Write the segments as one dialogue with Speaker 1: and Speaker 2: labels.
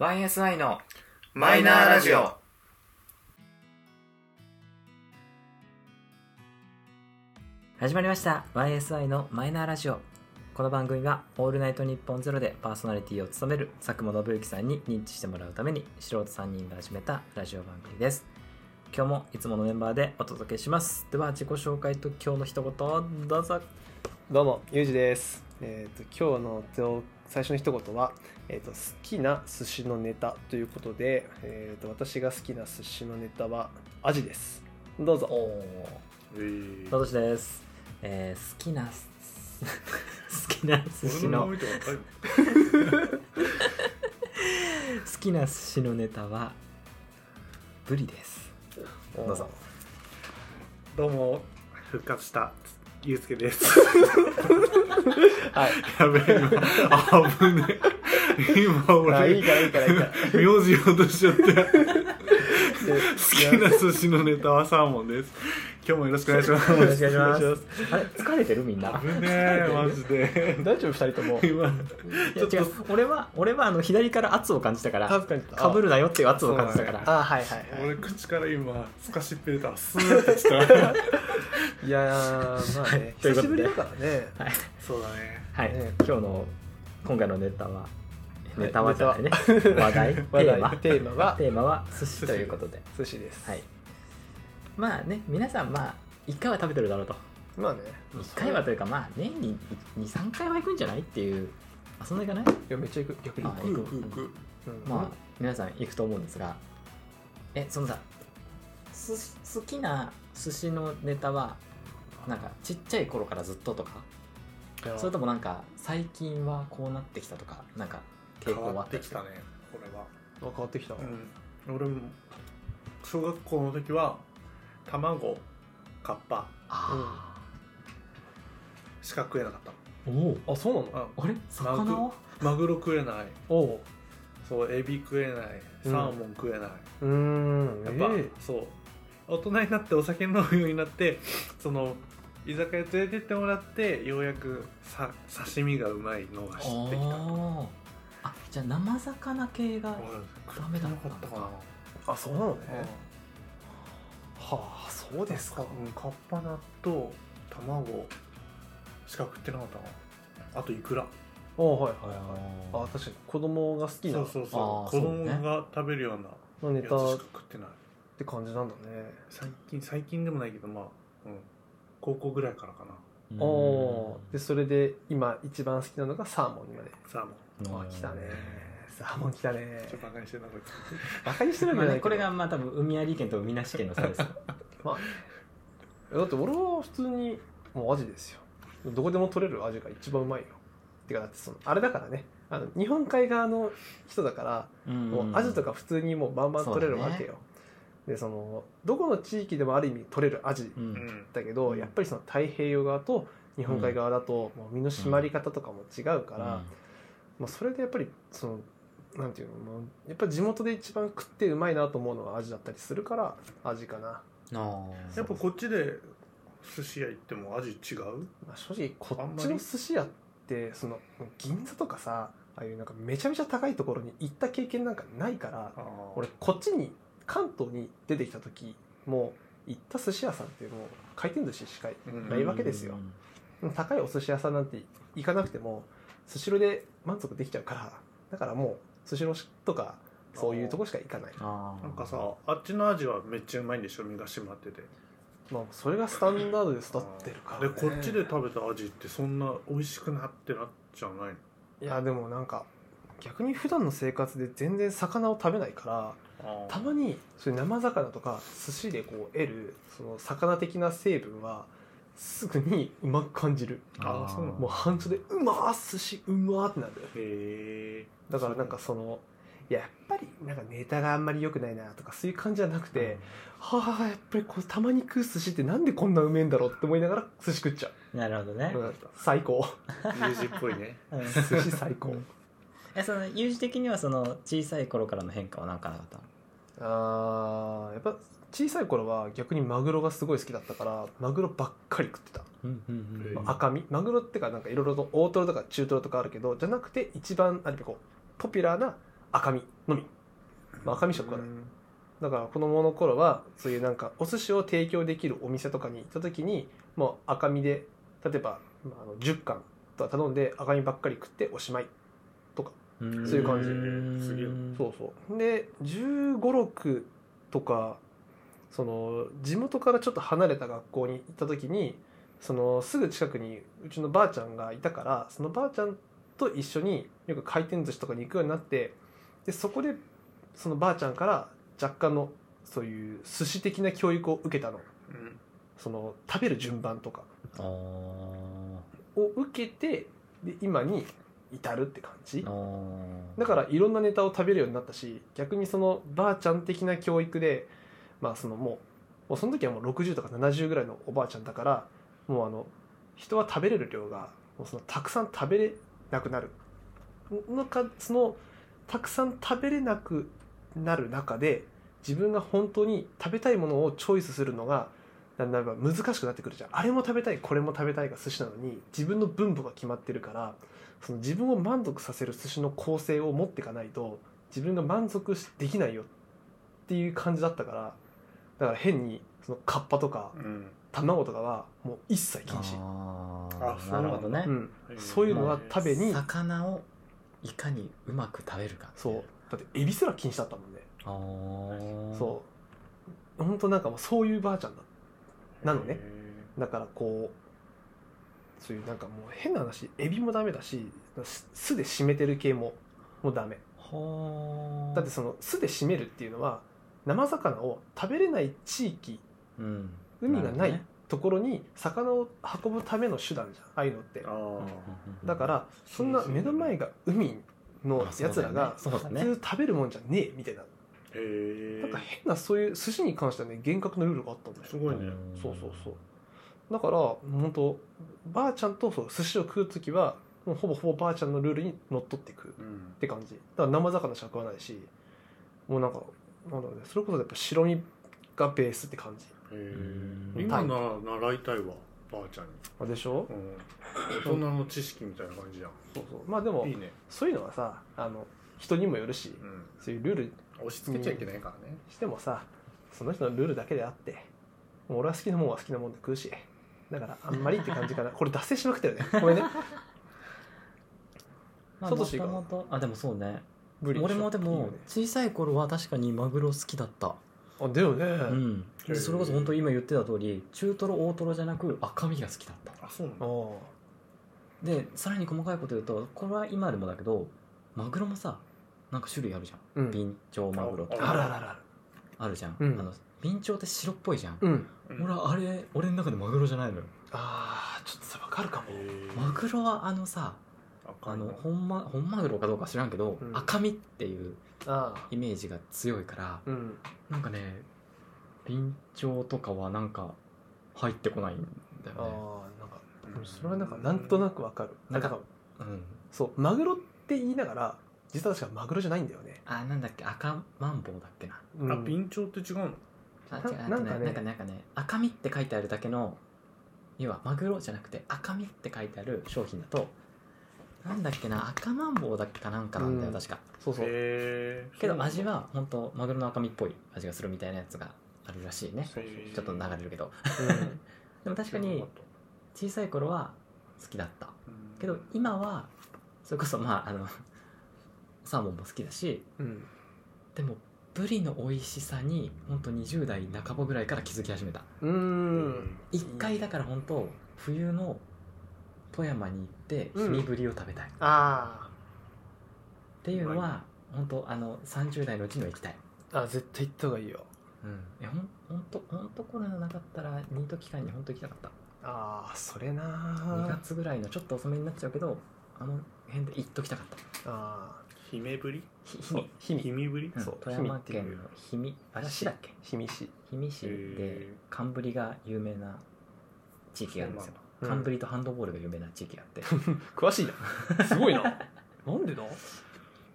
Speaker 1: YSI の
Speaker 2: マイナーラジオ。
Speaker 1: 始まりました YSI のマイナーラジオこの番組は「オールナイトニッポンゼロでパーソナリティを務める佐久間信之さんに認知してもらうために素人3人が始めたラジオ番組です今日もいつものメンバーでお届けしますでは自己紹介と今日の一言どうぞ
Speaker 3: どうも、ゆうじです。えっ、と、今日のと最初の一言は、えっ、と、好きな寿司のネタということで、えっ、と、私が好きな寿司のネタは、アジです。どうぞ。
Speaker 1: お
Speaker 2: えー
Speaker 1: のどしです、えー、好きな 好きな寿司の
Speaker 2: 俺見てわかる
Speaker 1: 好きな寿司のネタはブリですどうぞ
Speaker 4: どうも復活したゆうすけです
Speaker 3: はい。
Speaker 4: やべえ今危ねえ今
Speaker 3: あい
Speaker 4: 俺
Speaker 3: いからいいからいいから。
Speaker 4: 名字落としちゃった好き
Speaker 3: で
Speaker 4: な寿司のネタはサーモンです今日もよろしくお願いします
Speaker 1: よろしくお願いし
Speaker 4: お願
Speaker 1: ま
Speaker 4: いし
Speaker 1: すあれ疲れてるみんな
Speaker 4: 危ねえマジで
Speaker 3: 大丈夫、二人とも。
Speaker 4: 今
Speaker 1: いや違う俺は俺はあの左から圧を感じたから
Speaker 3: 確かに。
Speaker 1: かぶるなよっていう圧を感じたか
Speaker 3: あ。
Speaker 1: ら
Speaker 3: あ、はいはいは
Speaker 4: 俺口から今すかしっぺ出たスーってした
Speaker 3: い。いやー、まあね、
Speaker 1: という
Speaker 3: 久
Speaker 1: ことで
Speaker 3: しぶり だからね。
Speaker 4: そうだね
Speaker 1: はい
Speaker 3: ね
Speaker 1: 今日の今回のネタはネタはじゃないね 話題テ
Speaker 3: 話
Speaker 1: ーマ
Speaker 3: 題、テーマが
Speaker 1: テーマは寿司ということで
Speaker 3: 寿司です。
Speaker 1: はいまあね皆さんまあ1回は食べてるだろうと
Speaker 3: まあね、
Speaker 1: 1回はというかまあ年に23回は行くんじゃないっていうあそんな行かない
Speaker 3: いやめっちゃ行く、逆に
Speaker 1: あ
Speaker 3: 行
Speaker 1: 行
Speaker 3: く
Speaker 1: く。
Speaker 3: うん
Speaker 1: まあ、皆さん行くと思うんですがえそのさす好きな寿司のネタはなんかちっちゃい頃からずっととかそれともなんか最近はこうなってきたとかなんか傾
Speaker 4: 変
Speaker 1: 向は
Speaker 4: わ
Speaker 1: あ
Speaker 4: っ
Speaker 1: った
Speaker 4: て
Speaker 1: り
Speaker 4: き
Speaker 1: する
Speaker 4: たねこれは
Speaker 3: あ変わってきた。
Speaker 4: うん、俺も小学校の時は卵カッパ
Speaker 1: あ
Speaker 4: しか食えなかっ
Speaker 1: ーお
Speaker 3: あ、そうなの
Speaker 4: た、うん
Speaker 1: おあれ魚は
Speaker 4: マグロ食えない
Speaker 3: おう
Speaker 4: そうエビ食えないサ
Speaker 3: うん
Speaker 4: ーモン食えない、
Speaker 3: うーん
Speaker 4: やっぱ、
Speaker 3: え
Speaker 4: そう大人になってお酒飲むようになってその居酒屋連れてってもらってようやくさ刺身がうまいのが知ってきた
Speaker 1: おーあじゃあ生魚系が
Speaker 4: うん
Speaker 1: ダメだった
Speaker 4: 食ってなかったかな
Speaker 3: えあそうなのね、
Speaker 4: うん
Speaker 3: はあそうですか
Speaker 4: うんカッパ納豆卵しか食ってなかったなあとイクラ
Speaker 3: あはいはい
Speaker 1: あ
Speaker 3: はいあ確かに子供が好きな
Speaker 4: そうそうそ
Speaker 1: あー
Speaker 4: う子
Speaker 1: そう
Speaker 4: 供
Speaker 1: ね
Speaker 4: が食べるような
Speaker 3: ネ
Speaker 4: やつ
Speaker 3: タ
Speaker 4: しか
Speaker 3: っ
Speaker 4: 食ってない
Speaker 3: て感じなんだね
Speaker 4: 最近最近でもないけどまあ、うん、高校ぐらいからかな
Speaker 1: うん
Speaker 3: おおーでそれで今一番好きなのがサーモンにまで
Speaker 4: サーモン
Speaker 1: うん
Speaker 3: あ来たねサーモン来たね
Speaker 4: ちょっと馬鹿にしてるなこいつ
Speaker 3: バカにしてるわ
Speaker 1: まあね
Speaker 3: けじゃないけど
Speaker 1: これがまあ多分海有県と海なし県の差ですよ
Speaker 3: まあねいやだって俺は普通にもうアジですよどこでも取れるアジが一番うまいよてかだってそのあれだからねあの日本海側の人だからもうアジとか普通にもうバンバン取れるわけよ、でそのどこの地域でもある意味取れるアジ
Speaker 1: うんうん
Speaker 4: うん
Speaker 3: だけど、
Speaker 1: うん
Speaker 3: やっぱりその太平洋側と日本海側だともう身の締まり方とかも違うから、
Speaker 1: うん
Speaker 3: もうそれでやっぱりそのなんていうのもうやっぱり地元で一番食ってうまいなと思うのはアジだったりするからアジかな、
Speaker 1: あー
Speaker 4: やっぱこっちで寿司屋行っても味違う
Speaker 3: まあ、正直こ
Speaker 4: あん
Speaker 3: っ
Speaker 4: ま
Speaker 3: ち
Speaker 4: り
Speaker 3: の寿司屋ってその銀座とかさああいうなんかめちゃめちゃ高いところに行った経験なんかないから
Speaker 4: あー
Speaker 3: 俺こっちに関東に出てきた時もう行った寿司屋さんってもう回転寿司しか
Speaker 4: うん
Speaker 3: ないわけですよ、高いお寿司屋さんなんて行かなくてもスシローで満足できちゃうからだからもうスシローとかそういうとこしか行かない
Speaker 1: あー
Speaker 4: なんかさあっちの味はめっちゃうまいんでしょ身が締まってて
Speaker 3: まあそれがスタンダードで育ってるから、
Speaker 4: で
Speaker 3: ね、
Speaker 4: こっちで食べた味ってそんな美味しくなってなっちゃうない
Speaker 3: いやでもなんか逆に普段の生活で全然魚を食べないから
Speaker 4: の
Speaker 3: たまにそういう生魚とか寿司でこう得るその魚的な成分はすぐにうまく感じる
Speaker 4: あーそうなの
Speaker 3: もう半袖でうまー寿司うまーってなる
Speaker 4: へえ
Speaker 3: だからなんかそのいややっぱりなんかネタがあんまり良くないなとかそういう感じじゃなくて、はあやっぱりこうたまに食う寿司ってなんでこんなうめえんだろうって思いながら寿司食っちゃ
Speaker 1: なるほどね
Speaker 3: う、う、ん、最高
Speaker 4: U 字っぽいね
Speaker 1: うん
Speaker 3: 寿司最高
Speaker 1: えその有事的にはその小さい頃からの変化は何かなかったの
Speaker 3: あーやっぱ小さい頃は逆にマグロがすごい好きだったからマグロばっかり食ってた、
Speaker 1: うんうん
Speaker 4: うんうん
Speaker 3: 赤身マグロってかなんかいろいろと大トロとか中トロとかあるけどじゃなくて一番あれこうポピュラーな赤身のみ、まあ、赤身食はない
Speaker 4: うん
Speaker 3: だから子供の頃はそういうなんかお寿司を提供できるお店とかに行った時にもう赤身で例えばまああの10貫とか頼んで赤身ばっかり食っておしまい
Speaker 1: うん
Speaker 3: そういう感じ
Speaker 1: ん
Speaker 2: すげえ
Speaker 3: そうそうで1 5 6とかその地元からちょっと離れた学校に行った時にそのすぐ近くにうちのばあちゃんがいたからそのばあちゃんと一緒によく回転寿司とかに行くようになってでそこでそのばあちゃんから若干のそういう寿司的な教育を受けたの
Speaker 4: うん
Speaker 3: その食べる順番とか
Speaker 1: あ
Speaker 3: を受けてで今に至るって感じ
Speaker 1: ーあー
Speaker 3: だからいろんなネタを食べるようになったし逆にそのばあちゃん的な教育でまあそのもうもうその時はもう60とか70ぐらいのおばあちゃんだからもうあの人は食べれる量がもうそのたくさん食べれなくなるのかそのたくさん食べれなくなる中で自分が本当に食べたいものをチョイスするのがだんだんやっぱ難しくなってくるじゃんあれも食べたいこれも食べたいが寿司なのに自分の分母が決まってるからその自分を満足させる寿司の構成を持っていかないと自分が満足しできないよっていう感じだったからだから変にそのカッパとか
Speaker 4: うん
Speaker 3: 卵とかはもう一切禁止、
Speaker 1: あ
Speaker 4: あ
Speaker 1: ー
Speaker 4: そ
Speaker 1: な
Speaker 4: うなんだ
Speaker 1: るほどね、
Speaker 3: うん、そういうのは食べに
Speaker 1: 魚をいかにうまく食べるか
Speaker 3: そうだってエビすら禁止だったもんね
Speaker 1: あー
Speaker 3: そう本当なんかもうそういうばあちゃんだなのねだからこうそういうなんかもう変な話エビもダメだしす酢で締めてる系ももうダメ
Speaker 1: ほー
Speaker 3: だってその酢で締めるっていうのは生魚を食べれない地域
Speaker 1: うん、
Speaker 3: 海がな
Speaker 1: る
Speaker 3: いところに魚を運ぶための手段じゃんああいうのって
Speaker 4: ああ
Speaker 1: ほどね
Speaker 3: だからそんな目の前が海のやつらが
Speaker 1: そうだね
Speaker 3: 普通食べるもんじゃねえみたいな
Speaker 4: へえ
Speaker 3: なんか変なそういう寿司に関してはね厳格なルールがあったんだよ
Speaker 4: すごいね
Speaker 3: そうそうそうだから本当ばあちゃんとそう寿司を食う時はもうほぼほぼばあちゃんのルールにのっとっていく
Speaker 4: うん
Speaker 3: って感じだから生魚しか食わないしもうなんかなんだろうねそれこそやっぱ白身がベースって感じ
Speaker 4: へ
Speaker 1: うん
Speaker 4: え今なら習いたいわばあちゃんに
Speaker 3: あでしょ
Speaker 4: うん大人の知識みたいな感じじゃん
Speaker 3: そうそうまあでも
Speaker 4: いいね
Speaker 3: そういうのはさあの人にもよるし
Speaker 4: うん
Speaker 3: そういうルール
Speaker 4: 押し付けちゃいけないからね
Speaker 3: してもさその人のルールだけであってもう俺は好きなもんは好きなもんで食うしだからあんまりって感じかなこれ脱線しまくってるねごめんね
Speaker 1: まあ
Speaker 3: サトシが
Speaker 1: もともとあでもそうね
Speaker 3: ブリでし
Speaker 1: 俺
Speaker 3: ょ
Speaker 1: もで
Speaker 3: いいよ
Speaker 1: も
Speaker 3: ね
Speaker 1: 小さい頃は確かにマグロ好きだった、
Speaker 3: あだよね、
Speaker 1: うん、で
Speaker 4: へー
Speaker 1: それこそ本当今言ってた通り中トロ大トロじゃなく赤身が好きだった
Speaker 4: あそうなん
Speaker 3: あ
Speaker 4: だ
Speaker 3: ー
Speaker 1: でさらに細かいこと言うとこれは今でもだけどマグロもさなんか種類あるじゃ
Speaker 3: うん
Speaker 1: んビンチョウマグロと
Speaker 3: あ
Speaker 1: か
Speaker 3: らららら
Speaker 1: あるじゃん、
Speaker 3: うん
Speaker 1: あのビンチョウって白っぽいじゃん、
Speaker 3: うん
Speaker 4: うん
Speaker 1: 俺はあれ俺の中でマグロじゃないのよ
Speaker 3: あーちょっとさ分かるかも
Speaker 4: へえ
Speaker 1: マグロはあのさ
Speaker 4: 赤
Speaker 1: あ
Speaker 4: い
Speaker 1: の
Speaker 4: の
Speaker 1: 本,、ま、本マグロかどうか知らんけど、
Speaker 3: うん
Speaker 1: 赤身っていう
Speaker 3: あ
Speaker 1: イメージが強いから
Speaker 3: ーうん
Speaker 1: なんかねビンチョウとかはなんか入ってこないんだ
Speaker 3: あー
Speaker 1: よ
Speaker 3: なんかそれはなんかなんとなく分かる
Speaker 1: な
Speaker 3: なんん
Speaker 1: か
Speaker 3: か
Speaker 1: ねうん
Speaker 3: そうマグロって言いながら実は確かマグロじゃないんだよね、
Speaker 1: あなんだっけ赤マンボウだっけな
Speaker 3: うん
Speaker 4: あビンチョウって違うの
Speaker 1: あ
Speaker 3: な
Speaker 1: 違うあと
Speaker 3: なんか
Speaker 1: ね
Speaker 3: ね
Speaker 1: なんかなんかね赤身って書いてあるだけの要はマグロじゃなくて赤身って書いてある商品だとなんだっけな赤マンボウだっけかなんかなんだよ、
Speaker 3: うん
Speaker 1: 確か
Speaker 3: そうそう
Speaker 4: へえ
Speaker 1: けど味は本当マグロの赤身っぽい味がするみたいなやつがあるらしいね
Speaker 4: そうそうそう
Speaker 1: ちょっと流れるけど
Speaker 3: うん
Speaker 1: でも確かに小さい頃は好きだった
Speaker 4: うん
Speaker 1: けど今はそれこそまああのサーモンも好きだし
Speaker 3: うん
Speaker 1: でもブリの美味しさに本当20代半ばぐらいから気づき始めた
Speaker 3: うーん
Speaker 1: 一回だから本当冬の富山に行って
Speaker 3: うん
Speaker 1: 氷見ぶりを食べたい、っ
Speaker 3: あ
Speaker 1: ていうの
Speaker 4: うまい
Speaker 1: は本当あの30代のうちには行きたい、
Speaker 3: ーあ絶対行った方がいいよ
Speaker 1: うん、いやほんほんとほんとコロナなかったらニート期間に本当行きたかった
Speaker 3: ああそれな
Speaker 1: 2
Speaker 3: ー
Speaker 1: 月ぐらいのちょっと遅めになっちゃうけどあの辺で行っときたかった
Speaker 3: あ
Speaker 4: 姫ぶり
Speaker 1: ひ
Speaker 3: ーそう
Speaker 1: 氷
Speaker 3: 氷
Speaker 4: 姫
Speaker 3: 見
Speaker 4: ぶり
Speaker 1: 見、うん
Speaker 3: そう
Speaker 1: 富山県の氷見あれは市だっけ
Speaker 3: 氷見市
Speaker 1: 氷見市
Speaker 4: へ
Speaker 1: で
Speaker 4: ー
Speaker 1: 寒ぶりが有名な地域があるんですよ
Speaker 3: そうなんだ
Speaker 1: 寒ぶりとハンドボールが有名な地域があ って
Speaker 3: 詳しいなすごいな なんでだ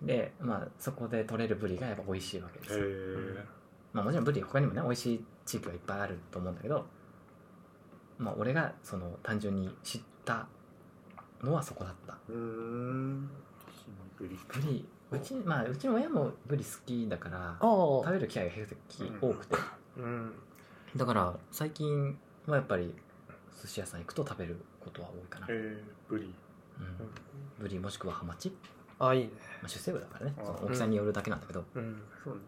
Speaker 1: で、まあ、そこで取れるブリがやっぱ美味しいわけですよ、
Speaker 4: へ
Speaker 1: まあ、もちろんブリ他にもね美味しい地域はいっぱいあると思うんだけど、まあ、俺がその単純に知ったのはそこだった
Speaker 4: えうん姫ぶり
Speaker 1: ブリうちまあうちの親もブリ好きだから食
Speaker 3: あ
Speaker 1: べる機会が比較的多くて、
Speaker 3: あうん
Speaker 1: だから最近はやっぱり寿司屋さん行くと食べることは多いかな、
Speaker 4: えー、ブリ
Speaker 1: うん、ブリもしくはハマチ、
Speaker 3: あいいね
Speaker 1: まあ、主成部だからね
Speaker 4: あー
Speaker 1: その大きさによるだけなんだけど、
Speaker 3: うん
Speaker 4: そうね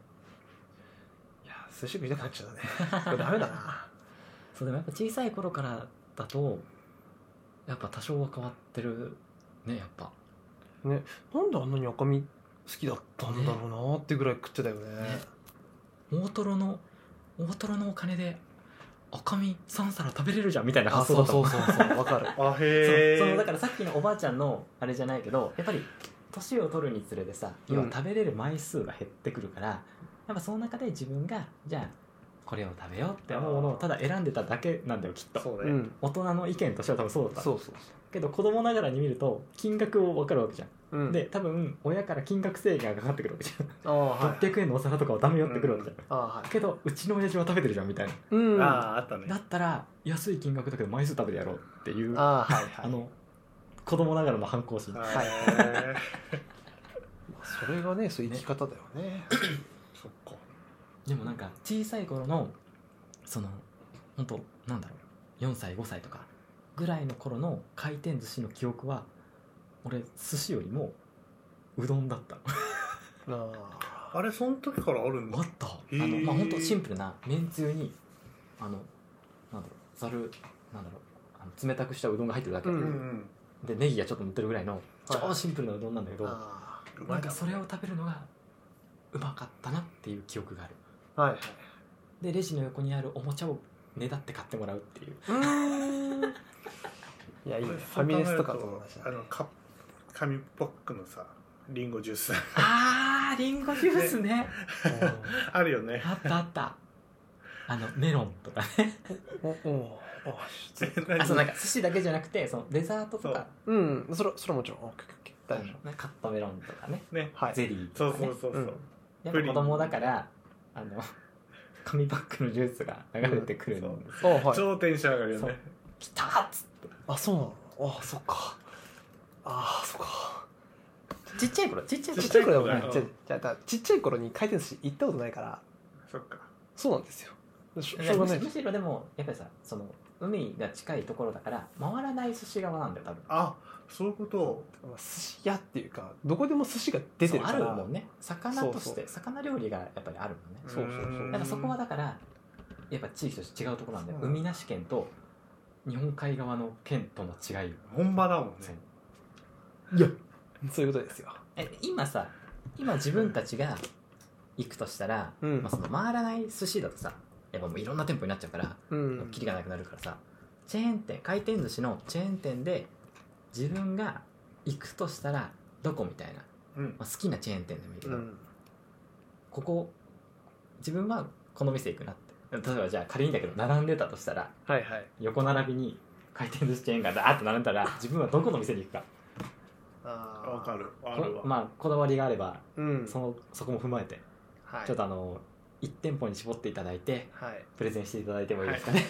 Speaker 3: いや寿司食いたくなっちゃったね これダメだな
Speaker 1: そうでもやっぱ小さい頃からだとやっぱ多少は変わってるねやっぱ
Speaker 3: なんであんなに赤身好きだったんだろうなってぐらい食ってたよね
Speaker 1: ね大トロの大トロのお金で赤身3皿食べれるじゃんみたいな
Speaker 3: あ
Speaker 1: 発想だ
Speaker 3: そう
Speaker 1: ったも
Speaker 3: そ
Speaker 1: ん
Speaker 3: うそう そうわかる
Speaker 4: あ
Speaker 1: そう
Speaker 4: へ
Speaker 1: そのだかららさっきのおばあちゃんのあれじゃないけどやっぱり年を取るにつれてさ
Speaker 3: うん
Speaker 1: 要は食べれる枚数が減ってくるから、やっぱその中で自分がじゃあこれを食べようって思うものをただ選んでただけなんだよきっと
Speaker 4: そう
Speaker 3: う
Speaker 4: ね、
Speaker 3: ん
Speaker 1: 大人の意見としては多分そうだった
Speaker 3: そうそうそ
Speaker 1: けど子供ながらに見ると金額を分かるわけじゃん、
Speaker 3: う、うん、
Speaker 1: で多分親から金額制限がかかってくるわけじ
Speaker 3: ああ
Speaker 1: ゃん、
Speaker 3: はい
Speaker 1: 600円のお皿とかはダメよってくるわけじゃん、
Speaker 3: ああはい
Speaker 1: けどうちの親父は食べてるじゃんみたいな
Speaker 3: うんあ
Speaker 4: あああったね
Speaker 1: だったら安い金額だけど枚数食べてやろうっていうあ
Speaker 3: あはいはい
Speaker 1: の子供ながらの反抗心
Speaker 4: はい
Speaker 3: まあそれがねそういう生き方だよね
Speaker 4: そっか
Speaker 1: でもなんか小さい頃のその本当なんだろう4歳5歳とかぐらいの頃の回転寿司の記憶は俺寿司よりもうどんだった
Speaker 3: ああ
Speaker 4: あれその時からあるんだ
Speaker 1: あったあ
Speaker 4: へ
Speaker 1: の
Speaker 4: ー
Speaker 1: まあ本当シンプルなめんつゆにあのなんだろうざるなんだろうあの冷たくしたうどんが入ってるだけ、
Speaker 3: う
Speaker 4: うんん
Speaker 1: でネギがちょっと乗ってるぐらいの
Speaker 3: はい
Speaker 1: 超シンプルなうどんなんだけど、
Speaker 3: あ
Speaker 4: うん
Speaker 1: なんかそれを食べるのがうまかったなっていう記憶がある
Speaker 3: あはいはい
Speaker 1: でレジの横にあるおもちゃをねだって買ってもらうっていう
Speaker 3: うーんいやいいねファミレスとかと同じ
Speaker 4: あ
Speaker 3: だね
Speaker 4: のカ紙パックのさリンゴジュース
Speaker 1: あーリンゴジュースね
Speaker 4: あるよね
Speaker 1: あったあったあのメロンとかね
Speaker 3: おおおおちょ っと
Speaker 1: あそう
Speaker 4: な
Speaker 1: なんんか寿司だけじゃなくてそのデザートとか
Speaker 3: うんそれそれもちろんオッケーオッケー大丈
Speaker 1: うんカットメロンとかね
Speaker 4: ね
Speaker 3: 夫はい
Speaker 1: ゼリー
Speaker 4: そ
Speaker 1: と
Speaker 4: う
Speaker 1: か、ね、
Speaker 4: そうそうそう、
Speaker 1: やっぱ子供だからあの 紙パックのジュースが流れてくるの、
Speaker 4: うん
Speaker 3: あはい
Speaker 4: 超テンション上がるよね
Speaker 1: 来たーっつっ
Speaker 3: あそうなのあそっかあそっか
Speaker 1: てちっちゃい頃ちっちゃい頃
Speaker 3: ちっちゃい頃でもね
Speaker 4: うん
Speaker 3: じゃじゃだからちっちゃい頃に回転寿司行ったことないから
Speaker 4: そっか
Speaker 3: そうなんですよしょ
Speaker 1: い
Speaker 3: しょ
Speaker 1: や
Speaker 3: う
Speaker 1: む
Speaker 3: がな
Speaker 1: し
Speaker 3: い
Speaker 1: むしろでもやっぱりさその海が近いところだから回らない寿司側なんだよ多分
Speaker 4: あそういうこと
Speaker 3: まあ寿司屋っていうかどこでも寿司が出てるから
Speaker 1: そうあるもんね魚として
Speaker 3: そうそう
Speaker 1: 魚料理がやっぱりあるもんね
Speaker 3: そうそうそう
Speaker 1: だからそこはだからやっぱ地域として違うところなんだよ
Speaker 4: そうなんだ
Speaker 1: 海なし県と日本海側の県との違いよ
Speaker 4: 本場だもんね
Speaker 1: そう
Speaker 3: いやそういうことですよ
Speaker 1: え今さ今自分たちが行くとしたら、
Speaker 3: うん
Speaker 1: まあ、その回らない寿司だとさやっぱもういろんな店舗になっちゃうから、
Speaker 3: う
Speaker 1: もうんキリがなくなるからさチェーン店回転寿司のチェーン店で自分が行くとしたらどこみたいな、
Speaker 4: うん
Speaker 1: まあ、好きなチェーン店でもいいけ
Speaker 3: う
Speaker 1: ど、
Speaker 3: ん
Speaker 1: ここ自分はこの店行くなって例えばじゃあ仮にだけど並んでたとしたら
Speaker 3: はいはい
Speaker 1: 横並びに回転寿司チェーンがダーッと並ん だら自分はどこの店に行くか
Speaker 3: あー
Speaker 4: わかるあるわ、
Speaker 1: まあこだわりがあれば
Speaker 3: うん
Speaker 1: そのそこも踏まえて
Speaker 3: はい
Speaker 1: ちょっとあの1店舗に絞っていただいて
Speaker 3: はい
Speaker 1: プレゼンしていただいてもいいですかね、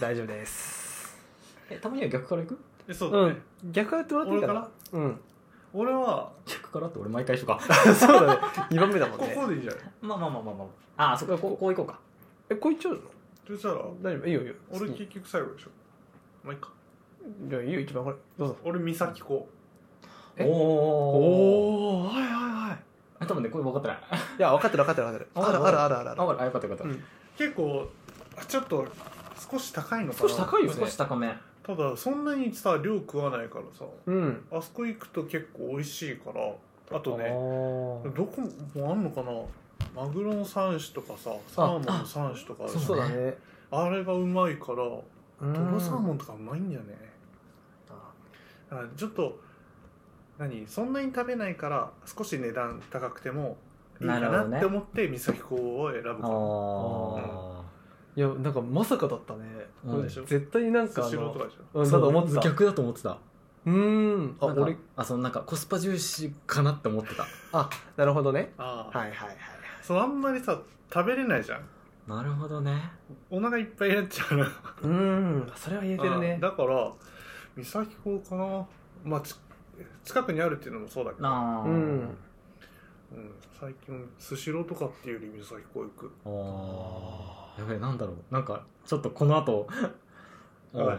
Speaker 3: 大丈夫です
Speaker 1: えたまには逆から行く
Speaker 4: えそうだ
Speaker 3: う
Speaker 4: ね
Speaker 3: ん、逆やってもらっていいかなうん
Speaker 4: 俺は
Speaker 1: 逆からって俺毎回一緒か
Speaker 3: そうだね2番目だもん
Speaker 4: こ
Speaker 3: ね
Speaker 4: こでいいじゃん
Speaker 1: まあまあまあまあまあああそこここう行こうか
Speaker 3: えこういっちゃうの
Speaker 4: そしたら
Speaker 3: 大丈夫いいよいいよ
Speaker 4: 俺
Speaker 3: 好き
Speaker 4: 結局最後でしょまあいいか
Speaker 3: じゃあいいよ一番これどうぞ
Speaker 4: 俺三崎港
Speaker 3: え
Speaker 1: おお
Speaker 3: おはいはいはい
Speaker 1: 多分ねこれ分かってない
Speaker 3: いや分かってる分かってる分かってる
Speaker 1: あ
Speaker 3: あるあるあるある あ
Speaker 1: あ
Speaker 3: る
Speaker 1: ほらあよかったよかった、
Speaker 3: うん
Speaker 4: 結構あちょっと少し高いのか
Speaker 3: 少
Speaker 4: な
Speaker 3: し高いよね
Speaker 1: 少し高め
Speaker 4: ただそんなにさ量食わないからさ
Speaker 3: うん
Speaker 4: あそこ行くと結構美味しいからあと
Speaker 3: あ
Speaker 4: ね
Speaker 3: ー
Speaker 4: どこもあんのかなマグロの3種とかさサーモンの3種とかあるし
Speaker 1: あ
Speaker 3: そうだね
Speaker 4: あれがうまいからと
Speaker 3: うん
Speaker 4: ろサーモンとかうまいんだよねだからちょっと何そんなに食べないから少し値段高くてもいいか
Speaker 1: なるほ
Speaker 4: な
Speaker 1: どね
Speaker 4: って思って三崎港を選ぶか
Speaker 1: あ
Speaker 4: ら
Speaker 1: あ
Speaker 3: いやなんかまさかだったね
Speaker 1: うん
Speaker 3: 俺絶対になんか
Speaker 4: ス
Speaker 3: あ
Speaker 4: シロー
Speaker 3: の
Speaker 4: とかでしょ
Speaker 3: うんなんか思ってた
Speaker 1: 逆だと思ってた
Speaker 3: うーんあ
Speaker 1: あ俺
Speaker 3: 俺
Speaker 1: あそのなんかコスパ重視かなって思ってた
Speaker 3: あなるほどね
Speaker 4: ああ、
Speaker 3: はいはいはい
Speaker 4: そうあんまりさ食べれないじゃん
Speaker 1: なるほどね
Speaker 4: お腹いっぱいになっちゃうな
Speaker 3: うーんそれは言えてる
Speaker 4: あ
Speaker 3: ね
Speaker 4: だから三崎港かなまあち近くにあるっていうのもそうだけど
Speaker 1: あー
Speaker 3: うん
Speaker 4: うん、最近スシローとかっていうより水先こう行く
Speaker 1: ああやべえなんだろうなんかちょっとこの後お
Speaker 4: は
Speaker 1: う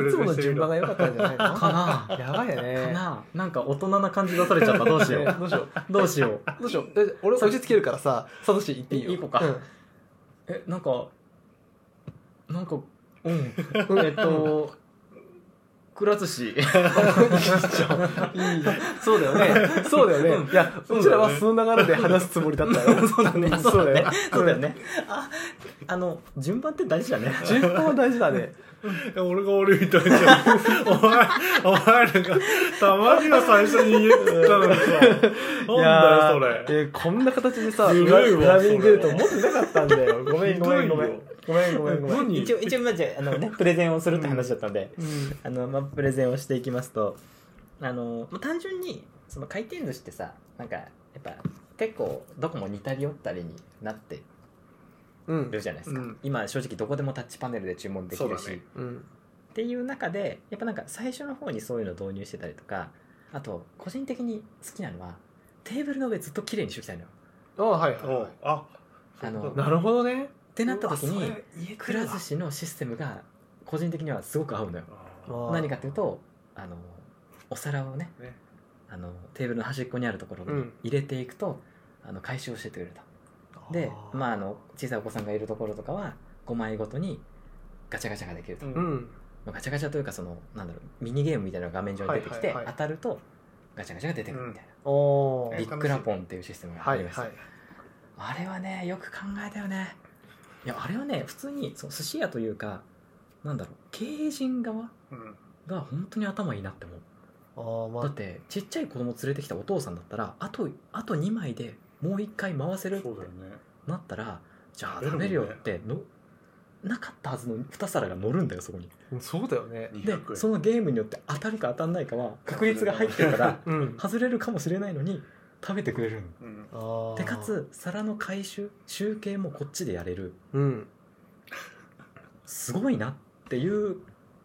Speaker 4: い
Speaker 3: いつもの順番が良かったんじゃないの
Speaker 1: か な
Speaker 3: やばいよ
Speaker 1: か
Speaker 3: ね。
Speaker 1: ななんか大人な感じ出されちゃったどうしよ
Speaker 3: ね
Speaker 1: う
Speaker 3: どう しよう。
Speaker 1: どうしよう
Speaker 3: どうしよう。え俺、落ち着けるからさ、サトシ行っていいよ。
Speaker 1: いい子か
Speaker 3: うん
Speaker 1: えなんかなんか うん
Speaker 3: うん
Speaker 1: えっとくら寿 司
Speaker 3: いいそうだよね。そうだよね。いや、
Speaker 4: そうだよね
Speaker 3: うちらはその流れで話すつもりだったよ。そうだね
Speaker 1: そ
Speaker 3: そうう
Speaker 1: だ
Speaker 3: だ
Speaker 1: よ
Speaker 3: よ。
Speaker 1: ねそうだよねああの順番って大事だね
Speaker 3: 順番は大事だ ね。
Speaker 4: え俺が悪いみたいじゃんお前お前なんかたまには最初に言えって言ったのにさなんだよそれ
Speaker 3: れ。えー、こんな形でさ、
Speaker 4: ずるいわ
Speaker 3: 裏裏目に出ると
Speaker 4: それ
Speaker 3: 思
Speaker 4: は
Speaker 3: ってなかったんだよ。ごめん、ごめん、ごめ
Speaker 4: ひどいよ
Speaker 3: ん。ごめん、ごめん、ごめん。
Speaker 4: 何
Speaker 1: 一応一応まあじゃああのねプレゼンをするって話だったんで、あのまあ、プレゼンをしていきますとあの、まあ、単純にその回転寿司ってさなんかやっぱ結構どこも似たり寄ったりになって
Speaker 3: うん
Speaker 1: る。じゃないですか、
Speaker 4: うん
Speaker 1: 今正直どこでもタッチパネルで注文できるし、
Speaker 4: そうだね
Speaker 3: うん。
Speaker 1: っていう中でやっぱなんか最初の方にそういうの導入してたりとかあと個人的に好きなのはテーブルの上ずっと綺麗にしておきたいのよ
Speaker 3: あはいはい
Speaker 4: お
Speaker 3: は
Speaker 4: うあ
Speaker 1: あの
Speaker 4: そう
Speaker 3: い。なるほどね。
Speaker 1: ってなった時
Speaker 4: うわ
Speaker 1: に
Speaker 4: それ言え
Speaker 1: く
Speaker 4: てる
Speaker 1: ら
Speaker 4: わ
Speaker 1: 寿司のシステムが個人的にはすごく合うのよ
Speaker 4: あ
Speaker 1: 何かっていうとあのお皿をね
Speaker 4: ーね
Speaker 1: あのテーブルの端っこにあるところ
Speaker 3: う
Speaker 1: に
Speaker 3: ん
Speaker 1: 入れていくと、あの回収を教えてくれるとでまああの小さいお子さんがいるところとかは5枚ごとにガチャガチャができると、
Speaker 4: う
Speaker 3: うんん。
Speaker 1: まあガチャガチャというかそのなんだろうミニゲームみたいなのが画面上に出てきて、
Speaker 3: はいはいはい
Speaker 1: 当たるとガチャガチャが出てくるみたいな、
Speaker 3: お
Speaker 4: うん
Speaker 1: ビ
Speaker 3: ー。
Speaker 1: ッグラポンっていうシステムが
Speaker 3: は
Speaker 1: あり
Speaker 3: い
Speaker 1: ました、
Speaker 3: はい。
Speaker 1: あれはねよく考えたよねいやあれはね普通にその寿司屋というかなんだろう経営陣側
Speaker 4: うん
Speaker 1: が本当に頭いいなって思う
Speaker 3: あー、ま
Speaker 1: だっ
Speaker 3: あ、
Speaker 1: てちっちゃい子供連れてきたお父さんだったらあとあと2枚でもう1回回せるって
Speaker 4: そうだよね
Speaker 1: なったらじゃあ食
Speaker 4: 食
Speaker 1: べ
Speaker 4: べ
Speaker 1: る
Speaker 4: る
Speaker 1: よ
Speaker 4: も
Speaker 1: っ
Speaker 4: んね
Speaker 1: てのなかったはずの2皿が乗るんだよそこに
Speaker 3: そうだよね。
Speaker 1: で
Speaker 4: 200円
Speaker 1: そのゲームによって当たるか当たんないかは確率が入ってるから
Speaker 3: うん。
Speaker 1: 外れるかもしれないのに食べてくれるの
Speaker 4: うん
Speaker 3: あー
Speaker 1: でか、つ皿の回収集計もこっちでやれる
Speaker 3: うん。
Speaker 1: すごいなっていう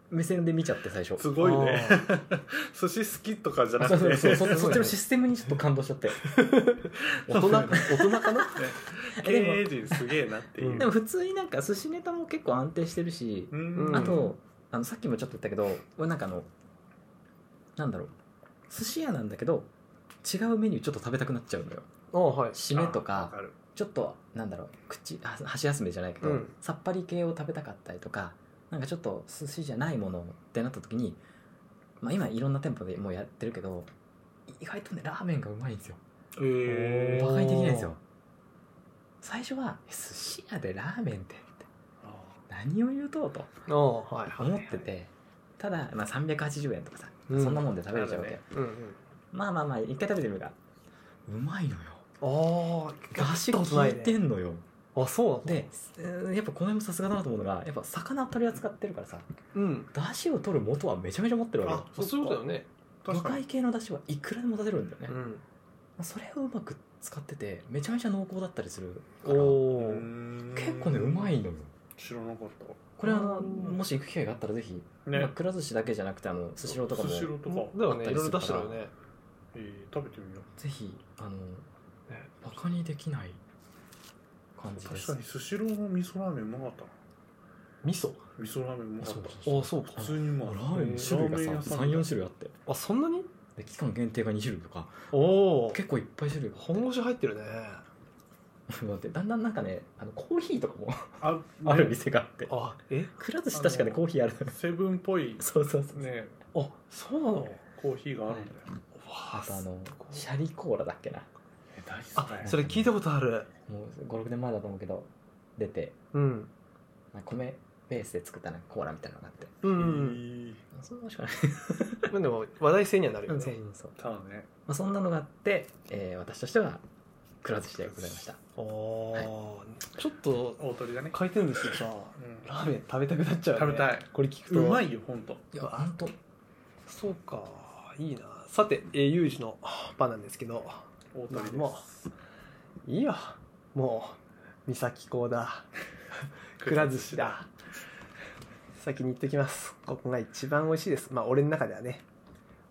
Speaker 1: 目線で見ちゃって最初
Speaker 4: すごいね 寿司好きとかじゃな
Speaker 1: そう
Speaker 4: く
Speaker 1: そう
Speaker 4: て
Speaker 1: そうそ
Speaker 3: すごいね
Speaker 1: そっちのシステムにちょっと感動しちゃって大人大人かな
Speaker 4: 経営陣すげえなっていううん
Speaker 1: でも普通になんか寿司ネタも結構安定してるし、
Speaker 4: うん
Speaker 1: あとあのさっきもちょっと言ったけど俺なんかあのなんだろう寿司屋なんだけど違うメニューちょっと食べたくなっちゃうのよ
Speaker 3: あーはい。
Speaker 1: 締めとか
Speaker 4: あわる
Speaker 1: ちょっとなんだろう口は箸休めじゃないけど、
Speaker 3: うん
Speaker 1: さっぱり系を食べたかったりとかなんかちょっと寿司じゃないものってなった時に、まあ、今いろんな店舗でもうやってるけど意外とねラーメンがうまいんですよ
Speaker 4: へえ
Speaker 1: バカにできないんですよ最初はえ寿司屋でラーメンってって何を言うとうと
Speaker 3: あーはいはい。
Speaker 1: 思っててただ、まあ、380円とかさ、
Speaker 3: うん
Speaker 1: そんなもんで食べれちゃうわけ、
Speaker 4: なる
Speaker 3: うんうん。
Speaker 1: まあまあまあ一回食べてみるがうまいのよ
Speaker 3: ああ、
Speaker 1: 出汁効いてんのよ、
Speaker 3: あ、そうなんだ。
Speaker 1: で、えーやっぱこの辺もさすがだなと思うのがやっぱ魚取り扱ってるからさ
Speaker 3: うん。
Speaker 1: 出汁を取る元はめちゃめちゃ持ってるわけよ
Speaker 4: あ
Speaker 3: そういうことだよね。
Speaker 1: 魚
Speaker 4: 確か
Speaker 1: 介
Speaker 4: に
Speaker 1: 系の出汁はいくらでも出せるんだよね、
Speaker 3: ん。
Speaker 1: それをうまく使っててめちゃめちゃ濃厚だったりするか
Speaker 3: お
Speaker 1: ら
Speaker 3: おー。
Speaker 1: 結構ねうまいのよ
Speaker 4: 知らなかっ
Speaker 1: これあの
Speaker 3: うん
Speaker 1: もし行く機会があったらぜひ、
Speaker 4: た
Speaker 1: まあ
Speaker 4: ね
Speaker 1: くら寿司だけじゃなくてあのスシローとかも
Speaker 4: スシローとか
Speaker 3: だよ
Speaker 1: あっ
Speaker 3: ね。
Speaker 1: た
Speaker 3: い
Speaker 1: り
Speaker 3: ろ
Speaker 1: するから
Speaker 3: いろ出してるよね。
Speaker 4: えー食べてみよう
Speaker 1: ぜひあの
Speaker 3: ね
Speaker 1: バカにできない感じです
Speaker 4: 確かにスシローの味噌ラーメンうまかったな
Speaker 3: 味噌。
Speaker 4: 味噌ラーメンうまかっ
Speaker 1: そう
Speaker 4: た
Speaker 1: そう
Speaker 3: あ、そうか
Speaker 4: 普。通にうま
Speaker 1: ラ
Speaker 4: い
Speaker 1: ーメンの種類がさ
Speaker 4: ラーメン屋
Speaker 1: 34
Speaker 4: さん
Speaker 1: 種類あって
Speaker 3: あ、そんなに。
Speaker 1: で期間限定が2種類とか
Speaker 3: おお。
Speaker 1: 結構いっぱい種類があって
Speaker 3: 本腰入ってるね。
Speaker 1: だってだんだんなんかねあのコーヒーとかも
Speaker 4: あ
Speaker 1: ある店があって
Speaker 3: あ、え、
Speaker 1: くら寿司確かね
Speaker 4: あの
Speaker 1: コーヒーある
Speaker 4: セブンっぽい
Speaker 1: そうそうそう、
Speaker 4: ね
Speaker 3: あ、そうなの。わ
Speaker 4: コーヒーがあるんだよ
Speaker 1: あ
Speaker 3: あ
Speaker 1: とあのシャリコーラだっけな
Speaker 4: え大好
Speaker 3: あ、それ聞いたことある。
Speaker 1: もう56年前だと思うけど出て
Speaker 3: うん。
Speaker 1: なんか米ベースで作ったなんかコーラみたいなのがあって
Speaker 3: う。
Speaker 4: うんん
Speaker 1: そんな美味しくない
Speaker 3: まあでも、話題性にはなるよ
Speaker 1: そう
Speaker 3: ね。
Speaker 1: そう
Speaker 4: ただね
Speaker 1: まあ、そんなのがあって、えー私としてはくら寿司でございました
Speaker 3: ああ。ちょっと。
Speaker 4: 大鳥だね
Speaker 3: 回転寿司でさ。
Speaker 4: うん
Speaker 3: ラーメン食べたくなっちゃう、ね。
Speaker 4: 食べたい。
Speaker 3: これ聞くと。
Speaker 4: うまいよほんと
Speaker 1: いや
Speaker 3: わ
Speaker 1: 本当
Speaker 3: そうか、いいな。さて、えー、ユージのパンなんですけど、
Speaker 4: 大鳥で
Speaker 3: まあまあ
Speaker 4: す
Speaker 3: いいよ。もう、三崎港だ。くら寿司だ。先に行ってきます。ここが一番美味しいです。まあ、俺の中ではね。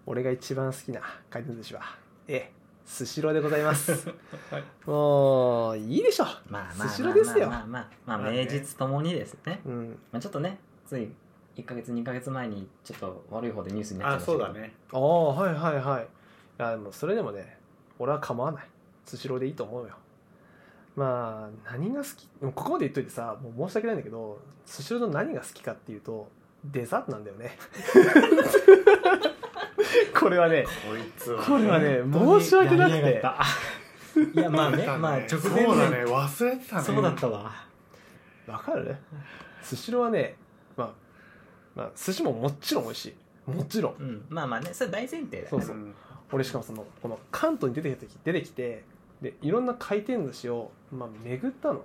Speaker 3: 俺が一番好きな回転寿司は、ええ、スシローでございます。
Speaker 4: はい
Speaker 3: もう、いいでしょ。
Speaker 1: まあまあまあまあ
Speaker 3: スシローですよ
Speaker 1: まあまあまあ
Speaker 4: まあね
Speaker 1: 名実ともにですね、
Speaker 3: うん。
Speaker 1: まあ、ちょっとねつい1か月2か月前にちょっと悪い方でニュースになっちゃい
Speaker 4: あ
Speaker 1: ました
Speaker 4: そう
Speaker 1: けど
Speaker 4: だね
Speaker 3: ああ、はいはいはい。いや、でもそれでもね、俺は構わない。スシローでいいと思うよ。まあ、何が好きでもここまで言っといてさ、もう申し訳ないんだけど、スシローの何が好きかっていうと、デザートなんだ よね。これはね、
Speaker 2: こいつは
Speaker 3: これはね、
Speaker 1: 本当に
Speaker 3: 申し訳なく
Speaker 1: やりや
Speaker 3: て。
Speaker 1: がったいやまあね まあ直前
Speaker 4: そうだ
Speaker 1: ね
Speaker 4: ね忘れてたね
Speaker 1: そうだったわ
Speaker 3: わかるスシローはね、まあ、まあ、寿司ももちろん美味しい。もちろん。
Speaker 1: うんまあまあねそれ大前提だよね
Speaker 3: そうそう
Speaker 4: うん
Speaker 3: 俺しかもそのこの関東に出てきて出てきてでいろんな回転寿司を、まあ、巡ったの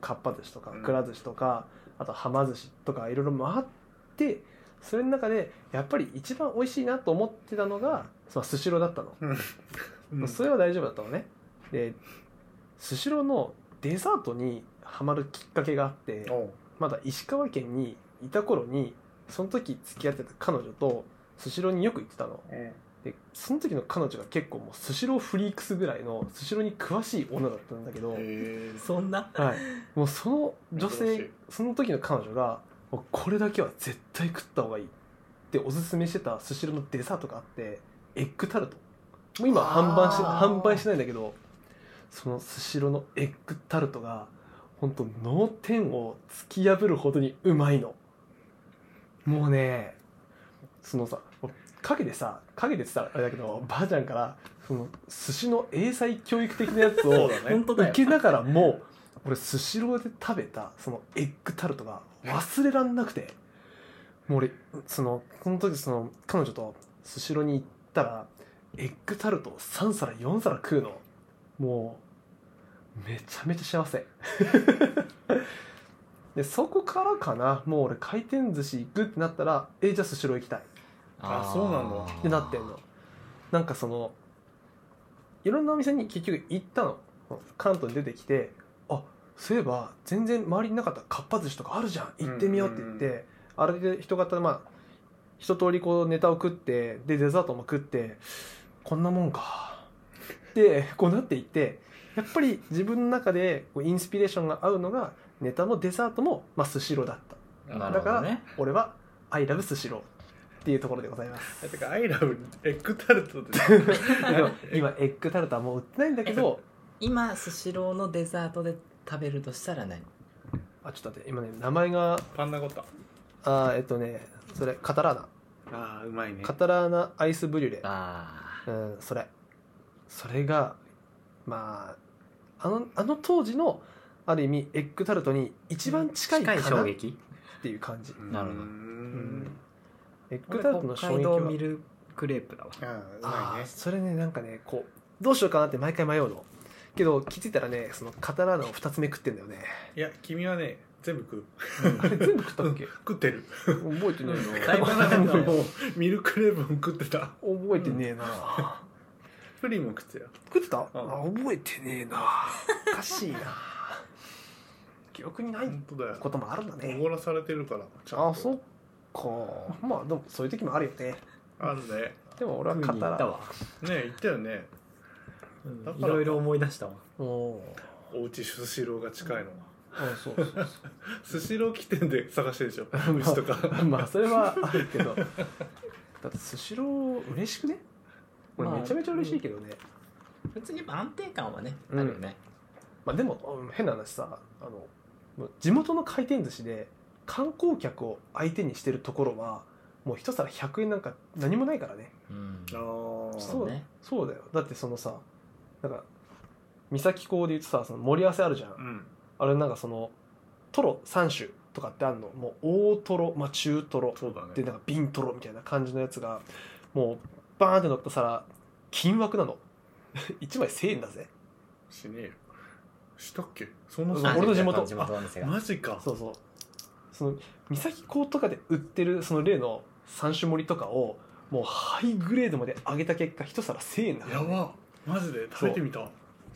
Speaker 3: かっぱ寿司とか
Speaker 4: うん
Speaker 3: くら寿司とか、あとはま寿司とかいろいろ回ってそれの中でやっぱり一番美味しいなと思ってたのがそのスシローだったの、
Speaker 4: うん
Speaker 3: それは大丈夫だったのねでスシローのデザートにハマるきっかけがあって
Speaker 4: おう
Speaker 3: まだ石川県にいた頃にその時付き合ってた彼女とスシローによく行ってたの
Speaker 4: え
Speaker 3: でその時の彼女が結構もうスシローフリークスぐらいのスシローに詳しい女だったんだけど、
Speaker 2: え
Speaker 1: そんな
Speaker 3: はい、もうその女
Speaker 2: 珍し
Speaker 3: 性
Speaker 2: い
Speaker 3: その時の彼女がもうこれだけは絶対食った方がいいっておすすめしてたスシローのデザートがあってエッグタルトもう今は販売し
Speaker 2: あー
Speaker 3: 販売してないんだけどそのスシローのエッグタルトが本当脳天を突き破るほどにうまいのもうねそのさ陰でさ陰でって言ったらあれだけどばあちゃんからその寿司の英才教育的なやつ
Speaker 4: そ
Speaker 3: を
Speaker 4: うだね
Speaker 1: 本当だよ
Speaker 3: 受けながらも俺スシローで食べたそのエッグタルトが忘れらんなくてもう俺そのこの時その彼女とスシローに行ったらエッグタルトを3皿4皿食うのもうめちゃめちゃ幸せ でそこからかなもう俺回転寿司行くってなったらえじゃあスシロー行きたい
Speaker 4: あそうなんだ
Speaker 3: ってなってんのなんかそのいろんなお店に結局行ったの関東に出てきてあそういえば全然周りになかったかっぱ寿司とかあるじゃん行ってみようって言って、
Speaker 4: うんう
Speaker 3: あれで人型まあ一通りこうネタを食ってでデザートも食ってこんなもんかってこうなっていってやっぱり自分の中でこうインスピレーションが合うのがネタもデザートもまあスシローだった
Speaker 1: な
Speaker 3: だ
Speaker 1: るほ
Speaker 3: か
Speaker 1: ど
Speaker 3: ら
Speaker 1: ね
Speaker 3: 俺は「アイラブスシロー」っていうところでございます
Speaker 4: えてかアイラブエッグタルトで
Speaker 3: でも 今エッグタルトはもう売ってないんだけど
Speaker 1: 今スシローのデザートで食べるとしたら何
Speaker 3: あちょっと待って今ね名前が
Speaker 4: パンナコッタ
Speaker 3: あーえっとねそれカタラーナ
Speaker 4: ああうまいね
Speaker 3: カタラーナアイスブリュレ
Speaker 1: あ
Speaker 3: うんそれそれがまああのあの当時のある意味エッグタルトに一番近いかな
Speaker 1: 衝
Speaker 3: っ
Speaker 1: 撃
Speaker 3: ていう感じ、
Speaker 1: なるほど
Speaker 4: うーん
Speaker 3: エッグタルトの
Speaker 1: 俺北
Speaker 3: 衝
Speaker 1: 海
Speaker 3: 撃
Speaker 1: 道
Speaker 3: は
Speaker 1: ミルクレープだわ
Speaker 2: あーうま
Speaker 3: あ
Speaker 2: い
Speaker 3: ー
Speaker 2: ね
Speaker 3: それねなんかねこうどうしようかなって毎回迷うのけど気づいたらねそのカタラーナを2つ目食ってんだよね
Speaker 4: いや君はね全部食う
Speaker 3: あれ 全部食ったっけ
Speaker 4: 食ってる
Speaker 3: 覚えてないな
Speaker 1: だいぶなかったわ
Speaker 4: もう ミルクレープも食ってた
Speaker 3: 覚えてねえ な、
Speaker 4: プリンも食ってたよ
Speaker 3: 食ってた、あ
Speaker 4: ん
Speaker 3: 覚えてねえなおかしいな記憶にない
Speaker 4: 本当だよ
Speaker 3: こともあるんだ
Speaker 4: お
Speaker 3: ね
Speaker 4: ごらされてるからちゃんと
Speaker 3: あそっかまあでもそういう時もあるよね
Speaker 4: あるね
Speaker 3: でも俺は
Speaker 1: 食いに行
Speaker 3: 語
Speaker 1: った
Speaker 3: ら
Speaker 1: わ、
Speaker 4: ねえ言ったよね
Speaker 1: うん
Speaker 4: だか
Speaker 1: い
Speaker 4: ら
Speaker 1: ろいろ思い出したわ
Speaker 3: おお
Speaker 4: おうちスシローが近いのは
Speaker 3: あそうそうそう
Speaker 4: スシロー起点で探してるでしょ うちとか
Speaker 3: まあそれはあるけどだってスシロー嬉しくね俺
Speaker 1: まあ
Speaker 3: めちゃめちゃ嬉しいけどね、
Speaker 1: 別にやっぱ安定感はねあ
Speaker 3: うん
Speaker 1: るよね、
Speaker 3: まあ、でもうん変な話さあの地元の回転寿司で観光客を相手にしてるところはもう一皿100円なんか何もないからね
Speaker 1: うん
Speaker 4: あー
Speaker 1: そうね
Speaker 3: そうだよだってそのさなんか三崎港で言うとさその盛り合わせあるじゃん、
Speaker 4: うん
Speaker 3: あれなんかそのトロ3種とかってあるのもう大トロ、まあ、中トロ
Speaker 4: そうだね
Speaker 3: でなんか瓶トロみたいな感じのやつがもうバーンって乗った皿金枠なの1枚1000円だぜ
Speaker 4: しねえよしたっけそんな
Speaker 3: う
Speaker 4: し
Speaker 3: ん
Speaker 4: たっけ
Speaker 3: 俺の地元
Speaker 1: あ地元の店が
Speaker 4: マジか
Speaker 3: そうそうその三崎港とかで売ってるその例の3種盛りとかをもうハイグレードまで上げた結果1皿1000円だから
Speaker 4: やばマジで食べてみただ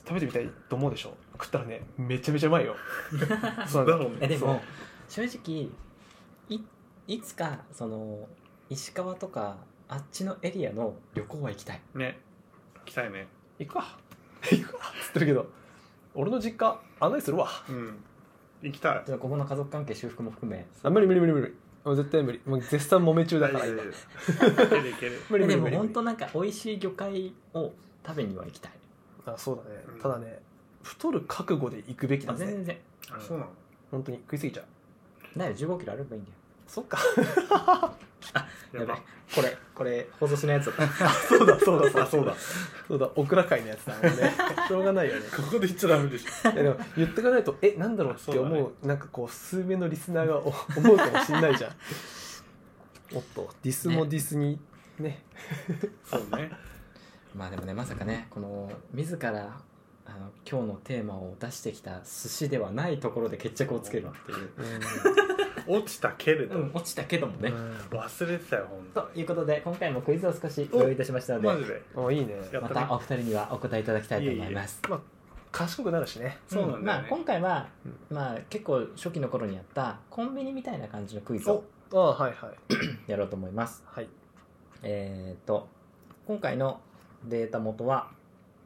Speaker 3: 食べてみたいと思うでしょ食ったらねめちゃめちゃうまい よそうなんだ
Speaker 4: ろう
Speaker 1: えで
Speaker 4: ね
Speaker 1: も正直いいつかその石川とかあっちのエリアの旅行は行きたい
Speaker 4: ね来たいね
Speaker 3: 行くか行くかっつってるけど俺の実家案内するわ
Speaker 4: うん行きたい
Speaker 1: じゃあここの家族関係修復も含め
Speaker 3: あ無理無理無理無理もう絶対無理もう絶賛揉め中だから
Speaker 4: い
Speaker 3: 今
Speaker 4: けるいける
Speaker 3: 無理無
Speaker 1: で
Speaker 3: 理無
Speaker 1: も
Speaker 3: 理無
Speaker 1: 本
Speaker 3: 理
Speaker 1: 当なんか美味しい魚介を食べには行きたい
Speaker 3: あそうだね
Speaker 4: うん
Speaker 3: ただね太る覚悟で行くべきだ
Speaker 1: あ全
Speaker 3: ぜ
Speaker 1: 然全然
Speaker 4: あそうなの
Speaker 3: 本当に食いすぎちゃう
Speaker 1: ないよ1 5キロあればいいんだよ
Speaker 3: そっか
Speaker 1: や
Speaker 4: や
Speaker 1: ば
Speaker 4: ば
Speaker 1: いこれこれ放送しないやつだった
Speaker 3: そうだ そうだそうだそうだそうだオクラ会のやつだもんねしょうがないよね
Speaker 4: ここで言っちゃダメでしょ
Speaker 3: いやでも言ってかないとえなんだろうって
Speaker 4: そう
Speaker 3: 思
Speaker 4: だね
Speaker 3: うなんかこう数名のリスナーが お思うかもしんないじゃんおっとディスもディスにね
Speaker 4: そうね
Speaker 1: まあでもねまさかねこの自らあの今日のテーマを出してきた寿司ではないところで決着をつけるっていう、
Speaker 4: 落ちたけれど、
Speaker 1: うん、落ちたけどもね、
Speaker 3: うん
Speaker 4: 忘れてたよ本当
Speaker 1: ということで今回もクイズを少し用意いたしましたので
Speaker 4: マジで
Speaker 3: あいいね
Speaker 4: や
Speaker 1: ま
Speaker 4: ったた
Speaker 1: お二人にはお答えいただきたいと思います。
Speaker 3: 賢くなるしね
Speaker 4: そうなんだよ
Speaker 1: まあ
Speaker 4: ね、
Speaker 1: 今回は、
Speaker 3: うん
Speaker 1: まあ結構初期の頃にやったコンビニみたいな感じのクイズ
Speaker 3: お
Speaker 1: を
Speaker 3: あはいはい
Speaker 1: やろうと思います。
Speaker 3: はい
Speaker 1: えっ、と今回のデータ元は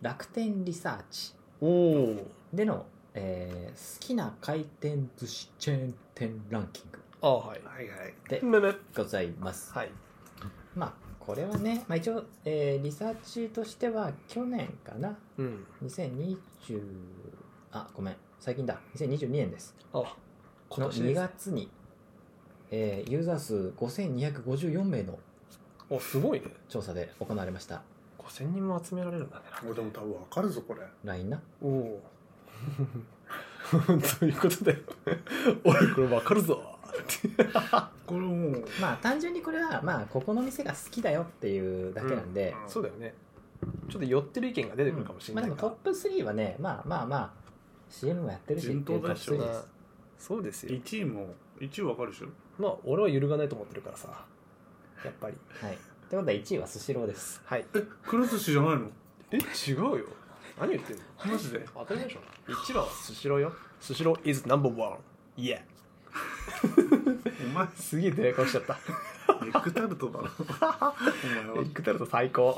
Speaker 1: 楽天リサーチ
Speaker 3: おお
Speaker 1: での、えー好きな回転寿司チェーン店ランキング
Speaker 3: あはい
Speaker 4: はいはい
Speaker 1: で
Speaker 3: めめ
Speaker 1: ございます。
Speaker 3: はい
Speaker 1: まあこれはね、まあ、一応、えーリサーチとしては去年かな
Speaker 3: うん
Speaker 1: 2020あごめん最近だ2022年です
Speaker 3: あ
Speaker 1: この
Speaker 3: です
Speaker 1: 2月に、えーユーザー数5254名の
Speaker 3: おすごいね
Speaker 1: 調査で行われました
Speaker 3: 5000人も集められるんだね
Speaker 2: 俺でも多分わかるぞこれ
Speaker 1: LINE な
Speaker 3: おお ということだよおいこれわかるぞ
Speaker 4: これもう
Speaker 1: まあ単純にこれはまあここの店が好きだよっていうだけなんで、
Speaker 3: そうだよねちょっと寄ってる意見が出てくるかもしれ
Speaker 1: まあ
Speaker 3: な
Speaker 1: で
Speaker 3: い
Speaker 1: も
Speaker 3: から、
Speaker 1: トップ3はねまあまあまあ CM もやってるし
Speaker 4: 順当だ
Speaker 1: っ
Speaker 4: して
Speaker 1: いうトップ3
Speaker 3: ま
Speaker 1: で
Speaker 3: あそうですよ
Speaker 4: 1位も1位わかるでしょ
Speaker 3: まあ俺は揺るがないと思ってるからさやっぱり
Speaker 1: すはいということで1位はスシローです
Speaker 3: はい
Speaker 4: くら寿司じゃないの
Speaker 3: え違うよ何言ってんの
Speaker 4: マジで
Speaker 3: 当たり前でしょ一番はスシローよスシロー is number one yeah
Speaker 4: お前
Speaker 3: すげえ出会い顔しちゃった
Speaker 4: エッグタルトだろお前
Speaker 3: エ
Speaker 4: は
Speaker 3: ッグタルト最高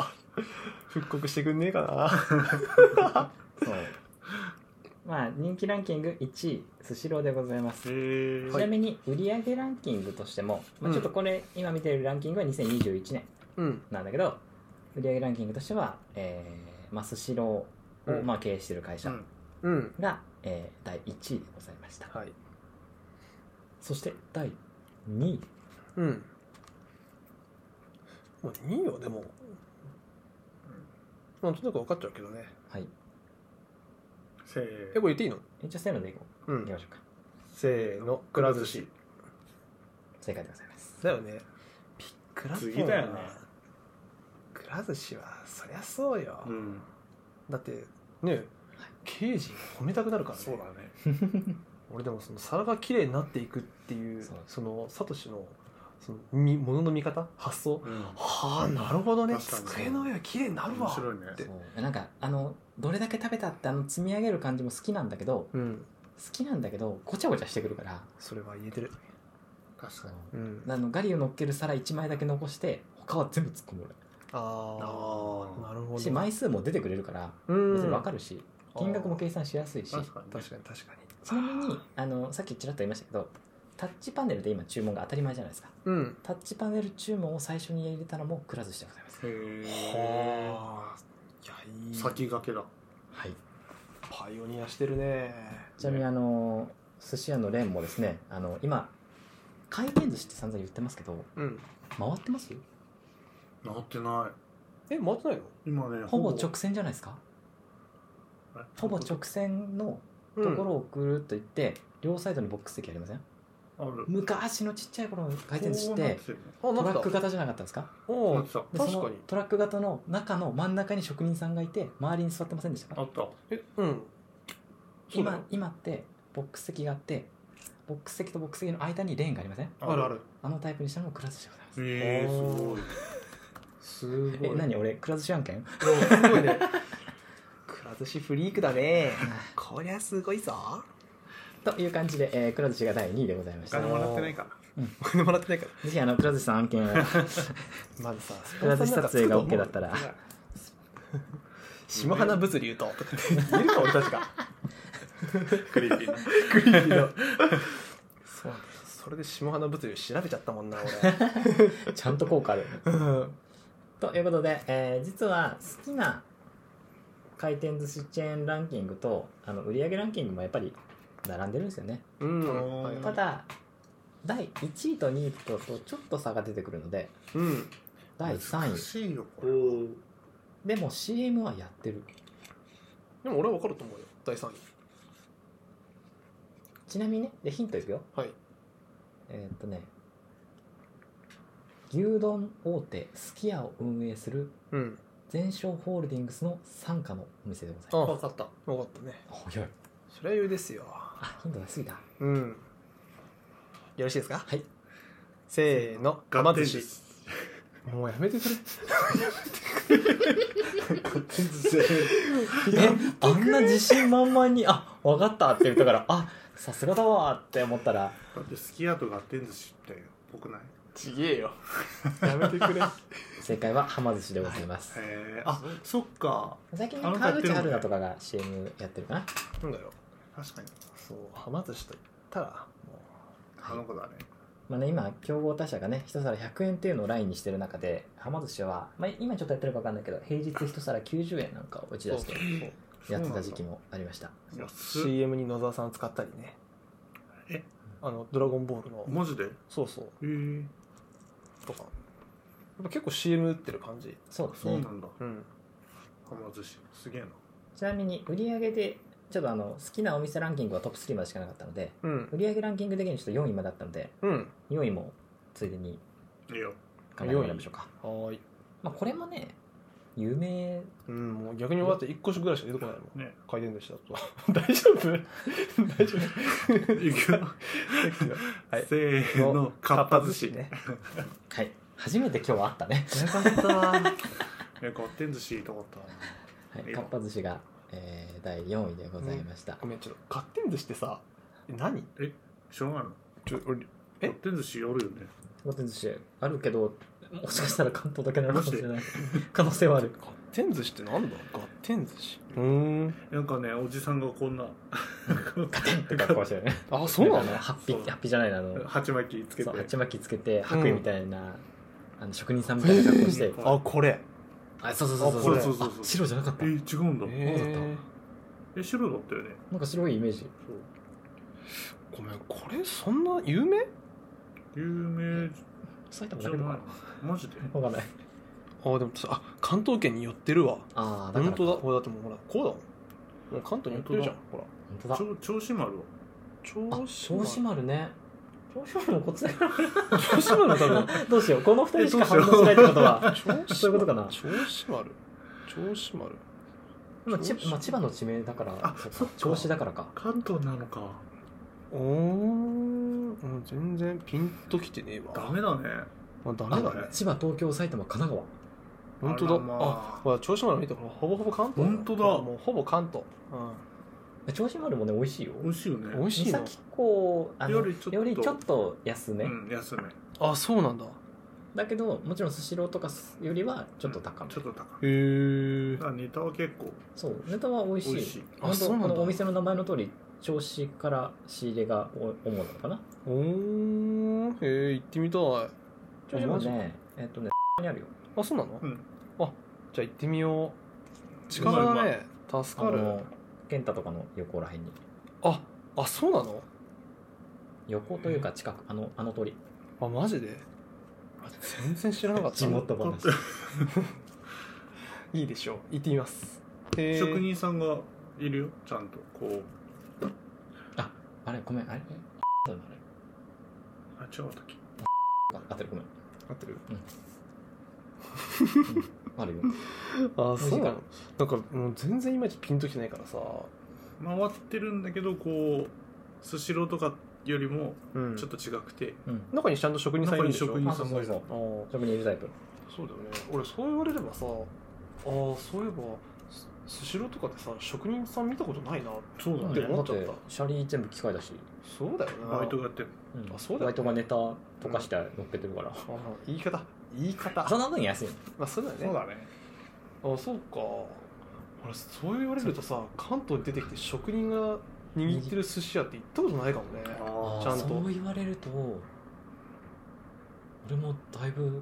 Speaker 3: 復刻してくんねえかな
Speaker 1: そうまあ人気ランキング1位スシローでございます
Speaker 4: えー
Speaker 1: ちなみに売上ランキングとしても、ま
Speaker 3: う
Speaker 1: あ、
Speaker 3: ん
Speaker 1: ちょっとこれ今見てるランキングは2021年
Speaker 3: うん
Speaker 1: なんだけど売上ランキングとしては、えーまあ、スシローを、
Speaker 3: うん
Speaker 1: まあ、経営している会社
Speaker 4: うん
Speaker 3: うん
Speaker 1: が、えー第1位でございました
Speaker 3: はい
Speaker 1: そして第2位
Speaker 3: うんもう2位はでもなんとなく分かっちゃうけどね
Speaker 1: はい
Speaker 4: せ
Speaker 3: え
Speaker 4: ー
Speaker 3: これ言っていいの
Speaker 1: 一応せーのでいこ
Speaker 3: う
Speaker 1: ういき
Speaker 3: ん
Speaker 1: ましょうか
Speaker 3: せーのくら寿司
Speaker 1: 正解でございます
Speaker 3: だよねびっくら
Speaker 4: 次だよね
Speaker 3: くら寿司はそりゃそうよ、
Speaker 4: うん
Speaker 3: だってね刑事褒めたくなるからね
Speaker 4: そうだね
Speaker 3: 俺でもその皿が綺麗になっていくっていう
Speaker 1: そ
Speaker 3: そうのサトシのそのみものの見方発想、
Speaker 4: うん
Speaker 3: はあなるほどね
Speaker 4: 確かに
Speaker 3: 机の上は綺麗になるわ
Speaker 4: 面白いね
Speaker 3: で
Speaker 1: そうなんかあのどれだけ食べたってあの積み上げる感じも好きなんだけど
Speaker 3: うん
Speaker 1: 好きなんだけどごちゃごちゃしてくるから
Speaker 3: それは言えてる
Speaker 4: 確
Speaker 1: そ
Speaker 4: か
Speaker 1: う
Speaker 4: に
Speaker 3: うん
Speaker 1: あのガリを乗っける皿1枚だけ残して他は全部突っ込む
Speaker 3: あ
Speaker 4: あ
Speaker 3: あ
Speaker 4: ー
Speaker 3: なるほど
Speaker 1: し枚数も出てくれるから
Speaker 3: うん
Speaker 1: 別に分かるし、金額も計算しやすいし
Speaker 4: 確かに
Speaker 3: 確かに確かに
Speaker 1: ちなみにあのさっきちらっと言いましたけどタッチパネルで今注文が当たり前じゃないですか
Speaker 3: うん
Speaker 1: タッチパネル注文を最初に入れたのもくら寿司でございます
Speaker 4: へえ
Speaker 3: はあいやいい
Speaker 4: 先駆けだ
Speaker 1: はい
Speaker 3: パイオニアしてるね
Speaker 1: ちなみにあの寿司屋のレーンもですねあの今回転寿司って散々言ってますけど
Speaker 3: うん
Speaker 1: 回ってます
Speaker 4: なってな
Speaker 3: え回ってないの
Speaker 4: い今ね
Speaker 1: ほぼ直線じゃないですか
Speaker 4: あれ
Speaker 1: ほぼ直線のところをぐるっと行って、両サイドにボックス席ありません
Speaker 4: ある
Speaker 1: 昔のちっちゃい頃の回転寿司っ
Speaker 4: こうな
Speaker 1: て
Speaker 4: てる
Speaker 3: あ
Speaker 1: ト
Speaker 3: な
Speaker 1: ラ
Speaker 3: ん
Speaker 1: ッ
Speaker 3: か
Speaker 1: ク型じゃなかったですか
Speaker 4: の
Speaker 3: お
Speaker 4: な
Speaker 3: お
Speaker 4: ってた
Speaker 1: で
Speaker 3: 確かに
Speaker 1: そのトラック型の中の真ん中に職人さんがいて周りに座ってませんでした
Speaker 4: あ
Speaker 1: か
Speaker 4: った
Speaker 3: えうんそうだ
Speaker 1: 今
Speaker 3: よ
Speaker 1: 今ってボックス席があってボックス席とボックス席の間にレーンがありません
Speaker 3: あるある
Speaker 1: あのタイプにしたのもくら寿司でございます
Speaker 4: ええ
Speaker 3: おー
Speaker 4: すごい
Speaker 3: す
Speaker 1: え何俺くら寿司案件
Speaker 3: すごいねくら寿司フリークだねこりゃすごいぞ
Speaker 1: という感じで、えー、くら寿司が第2位でございま
Speaker 4: お
Speaker 1: した
Speaker 4: 金
Speaker 1: ぜ
Speaker 4: もらってないか
Speaker 3: お金もらってないか
Speaker 1: ひあのくら寿司さん案件を く
Speaker 3: らまずさ
Speaker 1: ら寿司撮影が OK だったたら
Speaker 4: ら
Speaker 3: 島花物流と」とか言えるか俺たちが
Speaker 4: クリーピーな
Speaker 3: クリーピーのそうなんだよそれで島花物流調べちゃったもんな俺
Speaker 1: ちゃんと効果ある。
Speaker 3: うん
Speaker 1: ということで、えー実は好きな回転寿司チェーンランキングとあの売上ランキングもやっぱり並んでるんですよね。
Speaker 3: うん、はい
Speaker 4: うん
Speaker 1: ただ第1位と2位ととちょっと差が出てくるので
Speaker 3: うん
Speaker 1: 第3
Speaker 2: 難
Speaker 1: 位
Speaker 2: しいよこれ
Speaker 4: うん
Speaker 1: でも CM はやってる
Speaker 3: でも俺は分かると思うよ第3位
Speaker 1: ちなみにねでヒントいくよ
Speaker 3: はい
Speaker 1: えーっとね牛丼大手すき家を運営する
Speaker 3: うん
Speaker 1: 全商ホールディングスの傘下のお店でございま
Speaker 3: あ
Speaker 4: 分かった
Speaker 3: 分かったね
Speaker 1: す早い
Speaker 3: それは言うですよ
Speaker 1: あヒント出しすぎた
Speaker 3: うんよろしいですか
Speaker 1: はい
Speaker 3: せーのがま寿司もうやめてくれ
Speaker 1: えあんな自信満々に「あ分かった」って言ったから「あさすがだわ」って思ったら
Speaker 4: だってすき家と合点寿司ってぽくない
Speaker 3: ちげえよやめて くれ
Speaker 1: 正解ははま寿司でございます、
Speaker 4: へえあそっか
Speaker 1: 最近ね
Speaker 4: あの
Speaker 1: 川
Speaker 4: 買って
Speaker 1: 口
Speaker 4: るもんね
Speaker 1: 春奈とかが CM やってるかな
Speaker 3: なんだよ
Speaker 4: 確かに
Speaker 3: そうはま寿司と言ったらも
Speaker 4: あの子だね
Speaker 1: まあね、今競合他社がね一皿100円っていうのをラインにしてる中ではま寿司は、まあ、今ちょっとやってるか分かんないけど平日一皿90円なんかを打ち
Speaker 3: う
Speaker 1: 出してやってた時期もありました
Speaker 4: 安っ
Speaker 3: CM に野沢さん使ったりね
Speaker 4: え
Speaker 3: あの「ドラゴンボール」の
Speaker 4: マジでへ
Speaker 3: そうそう
Speaker 4: え
Speaker 3: とかやっぱ結構 CM 打ってる感じ
Speaker 1: そうです
Speaker 4: そう
Speaker 1: ね
Speaker 4: なんだは
Speaker 3: うん
Speaker 4: ま寿司すげえな
Speaker 1: ちなみに売り上げでちょっとあの好きなお店ランキングはトップ3までしかなかったので
Speaker 3: うん
Speaker 1: 売り上げランキング的にちょっと4位までだったので
Speaker 3: うん
Speaker 1: 4位もついでに
Speaker 4: いいよ
Speaker 1: 考えてもらいましょうか、
Speaker 3: はーい
Speaker 1: まあ、これもね有名
Speaker 3: うんもう逆に終わって1個ぐらいしか出てこないもん
Speaker 4: ね
Speaker 3: 回転寿司だと 大丈夫大丈夫
Speaker 4: いく よ
Speaker 3: はい
Speaker 4: せーのかっぱ寿司ね
Speaker 1: はい初めて今日はあったね、
Speaker 4: よかった わえ合点寿司と思ったわ
Speaker 1: はい、かっぱ寿司が、えー第4位でございました、
Speaker 3: ごめんちょっと勝手に寿司ってさえ何
Speaker 4: しょうがない
Speaker 3: ちょ俺え
Speaker 4: 合点寿司あるよね
Speaker 1: 回転寿司あるけどもしかしたら関東だけなのかもしれない可能性はある
Speaker 3: 合点寿司ってなんだ合点寿司うん
Speaker 4: なんかねおじさんがこんな
Speaker 1: ガテンって格好してるね
Speaker 3: あそうな
Speaker 1: あの
Speaker 3: の
Speaker 1: ハッピ
Speaker 4: そう
Speaker 1: ーハッピーじゃないなあの
Speaker 4: 鉢巻きつけて
Speaker 1: そう鉢巻きつけて白衣みたいな、あの職人さんみたいな格好して、
Speaker 4: うん
Speaker 3: あこれ
Speaker 1: あそうそうそう
Speaker 3: あ
Speaker 1: そ
Speaker 3: こ
Speaker 1: う
Speaker 3: れ
Speaker 1: そ
Speaker 4: そううそうそう
Speaker 1: あ白じゃなかっ
Speaker 4: え
Speaker 1: た
Speaker 4: 違うんだ
Speaker 1: ー
Speaker 3: え
Speaker 4: え白だったよね
Speaker 1: なんか白いイメージ
Speaker 4: そう
Speaker 3: ーごめんこれそんな有名
Speaker 4: 有名
Speaker 1: 埼玉
Speaker 4: じ
Speaker 1: だ
Speaker 4: ゃ
Speaker 1: け
Speaker 4: ない
Speaker 1: どか
Speaker 4: のマジで
Speaker 1: なわかんない
Speaker 3: あでもあ関東圏に寄ってるわ
Speaker 1: ああだから
Speaker 3: 本当だ
Speaker 1: 本
Speaker 3: これだってもうほらこうだもんもう関東に寄ってるじゃんほら
Speaker 1: 当だ
Speaker 4: 銚銚子丸は
Speaker 1: あ
Speaker 3: 銚
Speaker 1: 銚子丸ね銚子丸もこっちだから
Speaker 3: 銚子丸多分
Speaker 1: どうしようこの二人しか反応
Speaker 4: えどうしよ
Speaker 1: し
Speaker 4: う
Speaker 1: ないってことは
Speaker 3: 銚
Speaker 1: そういうことかな
Speaker 3: 銚子丸銚子丸
Speaker 1: 今千
Speaker 3: 銚子
Speaker 1: まあ、千葉の地名だから
Speaker 4: あ
Speaker 1: そうか
Speaker 4: そっか
Speaker 1: 銚子だからか
Speaker 4: 関東なのか
Speaker 3: おーうん全然ピンときてねえわ
Speaker 4: ダメだね
Speaker 3: あダ
Speaker 1: あ
Speaker 3: メだね
Speaker 1: 千葉東京埼玉神奈川
Speaker 3: 本当だ
Speaker 4: あらまあ
Speaker 3: あほら銚子丸見てほらほぼほぼ関東
Speaker 4: 本当だ
Speaker 3: もうほぼ関東
Speaker 1: え銚子丸もね美味しいよ
Speaker 4: 美味しいよ
Speaker 3: うん美
Speaker 4: ね
Speaker 3: 味しい
Speaker 1: 三
Speaker 3: の
Speaker 1: 崎港あの
Speaker 4: よりちょっと
Speaker 1: よりちょっと安め、
Speaker 4: うん安め
Speaker 3: あそうなんだへ
Speaker 1: だけどもちろんスシローとかよりはちょっと高め、
Speaker 4: ちょっと高め
Speaker 3: え
Speaker 4: だからネタは結構
Speaker 1: そうネタは美味しい
Speaker 4: 美味しい
Speaker 1: 本当
Speaker 3: あそうなんだ
Speaker 1: このお店の名前の通り銚子から仕入れがお主なのかな
Speaker 3: おーへえ行ってみたい
Speaker 1: 銚子もねえっとねにあるよ
Speaker 3: あそうなの
Speaker 4: うん
Speaker 3: じゃあ行ってみよう
Speaker 4: うまいう
Speaker 3: 力
Speaker 4: ま
Speaker 3: だ
Speaker 4: い
Speaker 3: ね助
Speaker 1: あ
Speaker 3: かる
Speaker 1: の健太とかの横らへんに
Speaker 3: ああそうなの
Speaker 1: 横というか近くあのあの通り
Speaker 3: あマジであ全然知らなかった
Speaker 1: 地元話
Speaker 3: いいでしょう行ってみますへー
Speaker 4: 職人さんがいるよちゃんとこう
Speaker 1: あれごめんあれあれ
Speaker 4: あ違うたっけ
Speaker 1: あってるごめん
Speaker 3: 合ってる
Speaker 1: あるよ
Speaker 3: あ
Speaker 1: 味しい
Speaker 3: そう
Speaker 1: か
Speaker 3: な
Speaker 1: ら
Speaker 3: のなんかもう全然いまいちピンときてないからさ
Speaker 4: 回ってるんだけどこうスシローとかよりも
Speaker 3: うん
Speaker 4: ちょっと違くて、
Speaker 1: うん
Speaker 3: 中にちゃんと職人さんいるんでしょ
Speaker 4: 中に職人
Speaker 1: あそうそうそう
Speaker 3: あー
Speaker 1: 職人いるタイプ
Speaker 3: そうだよね俺そう言われればさあーそういえばススシローとかでさ職人さん見たことないな
Speaker 4: そうだ
Speaker 1: だ
Speaker 4: ね
Speaker 1: っ
Speaker 3: ってて思っちゃった
Speaker 1: シャリ全部機械だし、
Speaker 3: そうだよな
Speaker 4: バイトがやってる
Speaker 1: うん
Speaker 3: あそうだよ
Speaker 1: バイトがネタ溶かして乗っけてる から、
Speaker 3: あー言い方言い方
Speaker 1: その分安い
Speaker 3: まあそうだよね
Speaker 4: そうだね
Speaker 3: あそうか俺そう言われるとさ関東に出てきて職人が握ってる寿司屋って行ったことないかもね
Speaker 1: あー
Speaker 3: ちゃんと
Speaker 1: そう言われると俺もだいぶ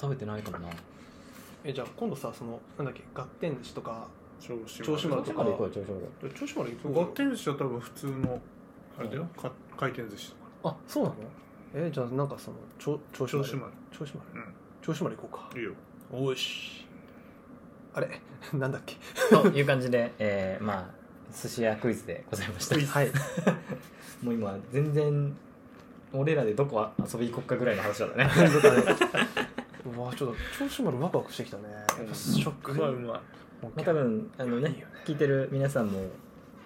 Speaker 1: 食べてないかもな
Speaker 3: えじゃあ今度さそのなんだっけ合点寿司とか
Speaker 4: 調子
Speaker 3: 銚子丸
Speaker 1: ち
Speaker 3: と
Speaker 1: ょ
Speaker 3: か
Speaker 1: っと行こうちょっと行こ
Speaker 3: じゃあ銚子丸行
Speaker 4: 合
Speaker 3: こうよ
Speaker 4: 点寿司は多分普通のあれだよ、か回転寿司とか
Speaker 3: あそうなのえじゃあなんかその銚銚
Speaker 4: 銚
Speaker 3: 子丸
Speaker 4: 子丸
Speaker 3: 銚子丸
Speaker 4: うん
Speaker 3: 銚子丸行こうか
Speaker 4: いいよ
Speaker 3: おーしあれ なんだっけ
Speaker 1: うという感じで、えー、まあ寿司屋クイズでございました
Speaker 3: はい
Speaker 1: もう今全然俺らでどこ遊び行こっかぐらいの話だったね
Speaker 3: 本当だねう わちょっと銚子丸ワクワクしてきたねやっぱショック
Speaker 4: うまいうまい
Speaker 1: まあ多分あのね
Speaker 3: いいよね
Speaker 1: 聞いてる皆さんも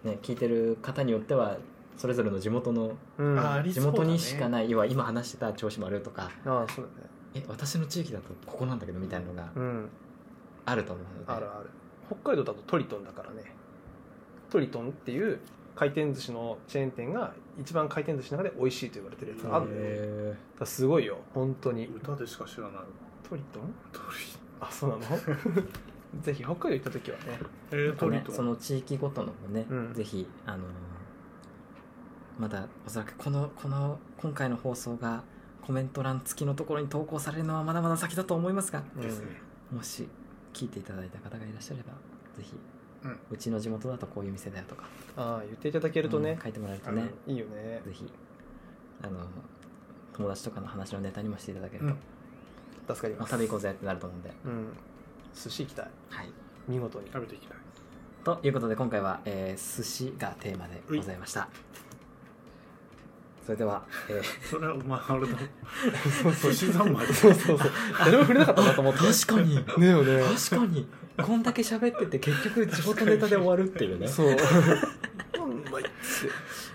Speaker 1: ね聞いてる方によってはそれぞれの地元の
Speaker 3: うん
Speaker 4: あ
Speaker 3: あ
Speaker 4: り
Speaker 1: 地
Speaker 4: そうだね
Speaker 1: 元にしかない、要は今話してた調子もあるとか
Speaker 3: あそうだね
Speaker 1: え私の地域だとここなんだけどみたいなのが
Speaker 3: うん
Speaker 1: あると思うので、
Speaker 3: あるある北海道だとトリトンだからねトリトンっていう回転寿司のチェーン店が一番回転寿司の中で美味しいと言われてるやつがあるのよだか
Speaker 1: へ
Speaker 3: らすごいよ本当に
Speaker 4: 歌でしか知らないわ
Speaker 3: トリトン
Speaker 4: トリ
Speaker 3: あそうな のぜひ北海道行った時はね
Speaker 4: え
Speaker 1: ー
Speaker 4: ー、トリ
Speaker 1: ね
Speaker 4: トン
Speaker 1: その地域ごとのもね、
Speaker 3: うん
Speaker 1: ぜひあのーまだおそらくこのこの今回の放送がコメント欄付きのところに投稿されるのはまだまだ先だと思いますが
Speaker 4: ですね、
Speaker 1: もし聞いていただいた方がいらっしゃればぜひ、
Speaker 4: う
Speaker 1: うんちの地元だとこういう店だよとか、
Speaker 3: ああ言っていただけると
Speaker 1: う
Speaker 3: ね
Speaker 1: ん、書いてもらえるとね
Speaker 3: いいよね
Speaker 1: ぜひあの友達とかの話のネタにもしていただけると、
Speaker 4: うん
Speaker 3: 助かり
Speaker 1: ま
Speaker 3: ま
Speaker 1: あ、
Speaker 3: す
Speaker 1: 食べ行こうぜってなると思うんで、
Speaker 3: うん寿司行きたい
Speaker 1: はい、
Speaker 3: 見事に
Speaker 4: 食べていきたい
Speaker 1: ということで今回は、えー寿司がテーマでございましたそれでは、え
Speaker 4: それはお前あ れだ 寿司三昧
Speaker 3: そうそ うそう誰も触れなかったなと思っ
Speaker 1: ー
Speaker 3: て
Speaker 1: 確かに
Speaker 3: ねえよね
Speaker 1: 確かにこんだけ喋ってて結局地元ネタで終わるっていうね
Speaker 3: そううんまいっつって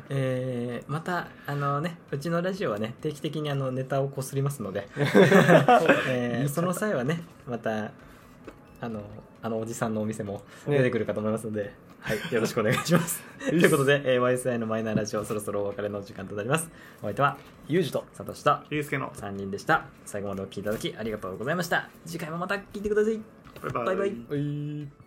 Speaker 1: えーまたあのねうちのラジオはね定期的にあのネタをこすりますの で、えーその際はねまたあのあのおじさんのお店も
Speaker 3: ね
Speaker 1: 出てくるかと思いますので、はい、よろしくお願いしますということで、えー YSI のマイナーラジオそろそろお別れの時間となりますお相手は
Speaker 3: ユージと
Speaker 1: サトシと
Speaker 4: ゆうすけの
Speaker 1: 3人でした最後までお聴きいただきありがとうございました次回もまた聞いてください
Speaker 4: バイバイ
Speaker 1: バイバイ
Speaker 3: はい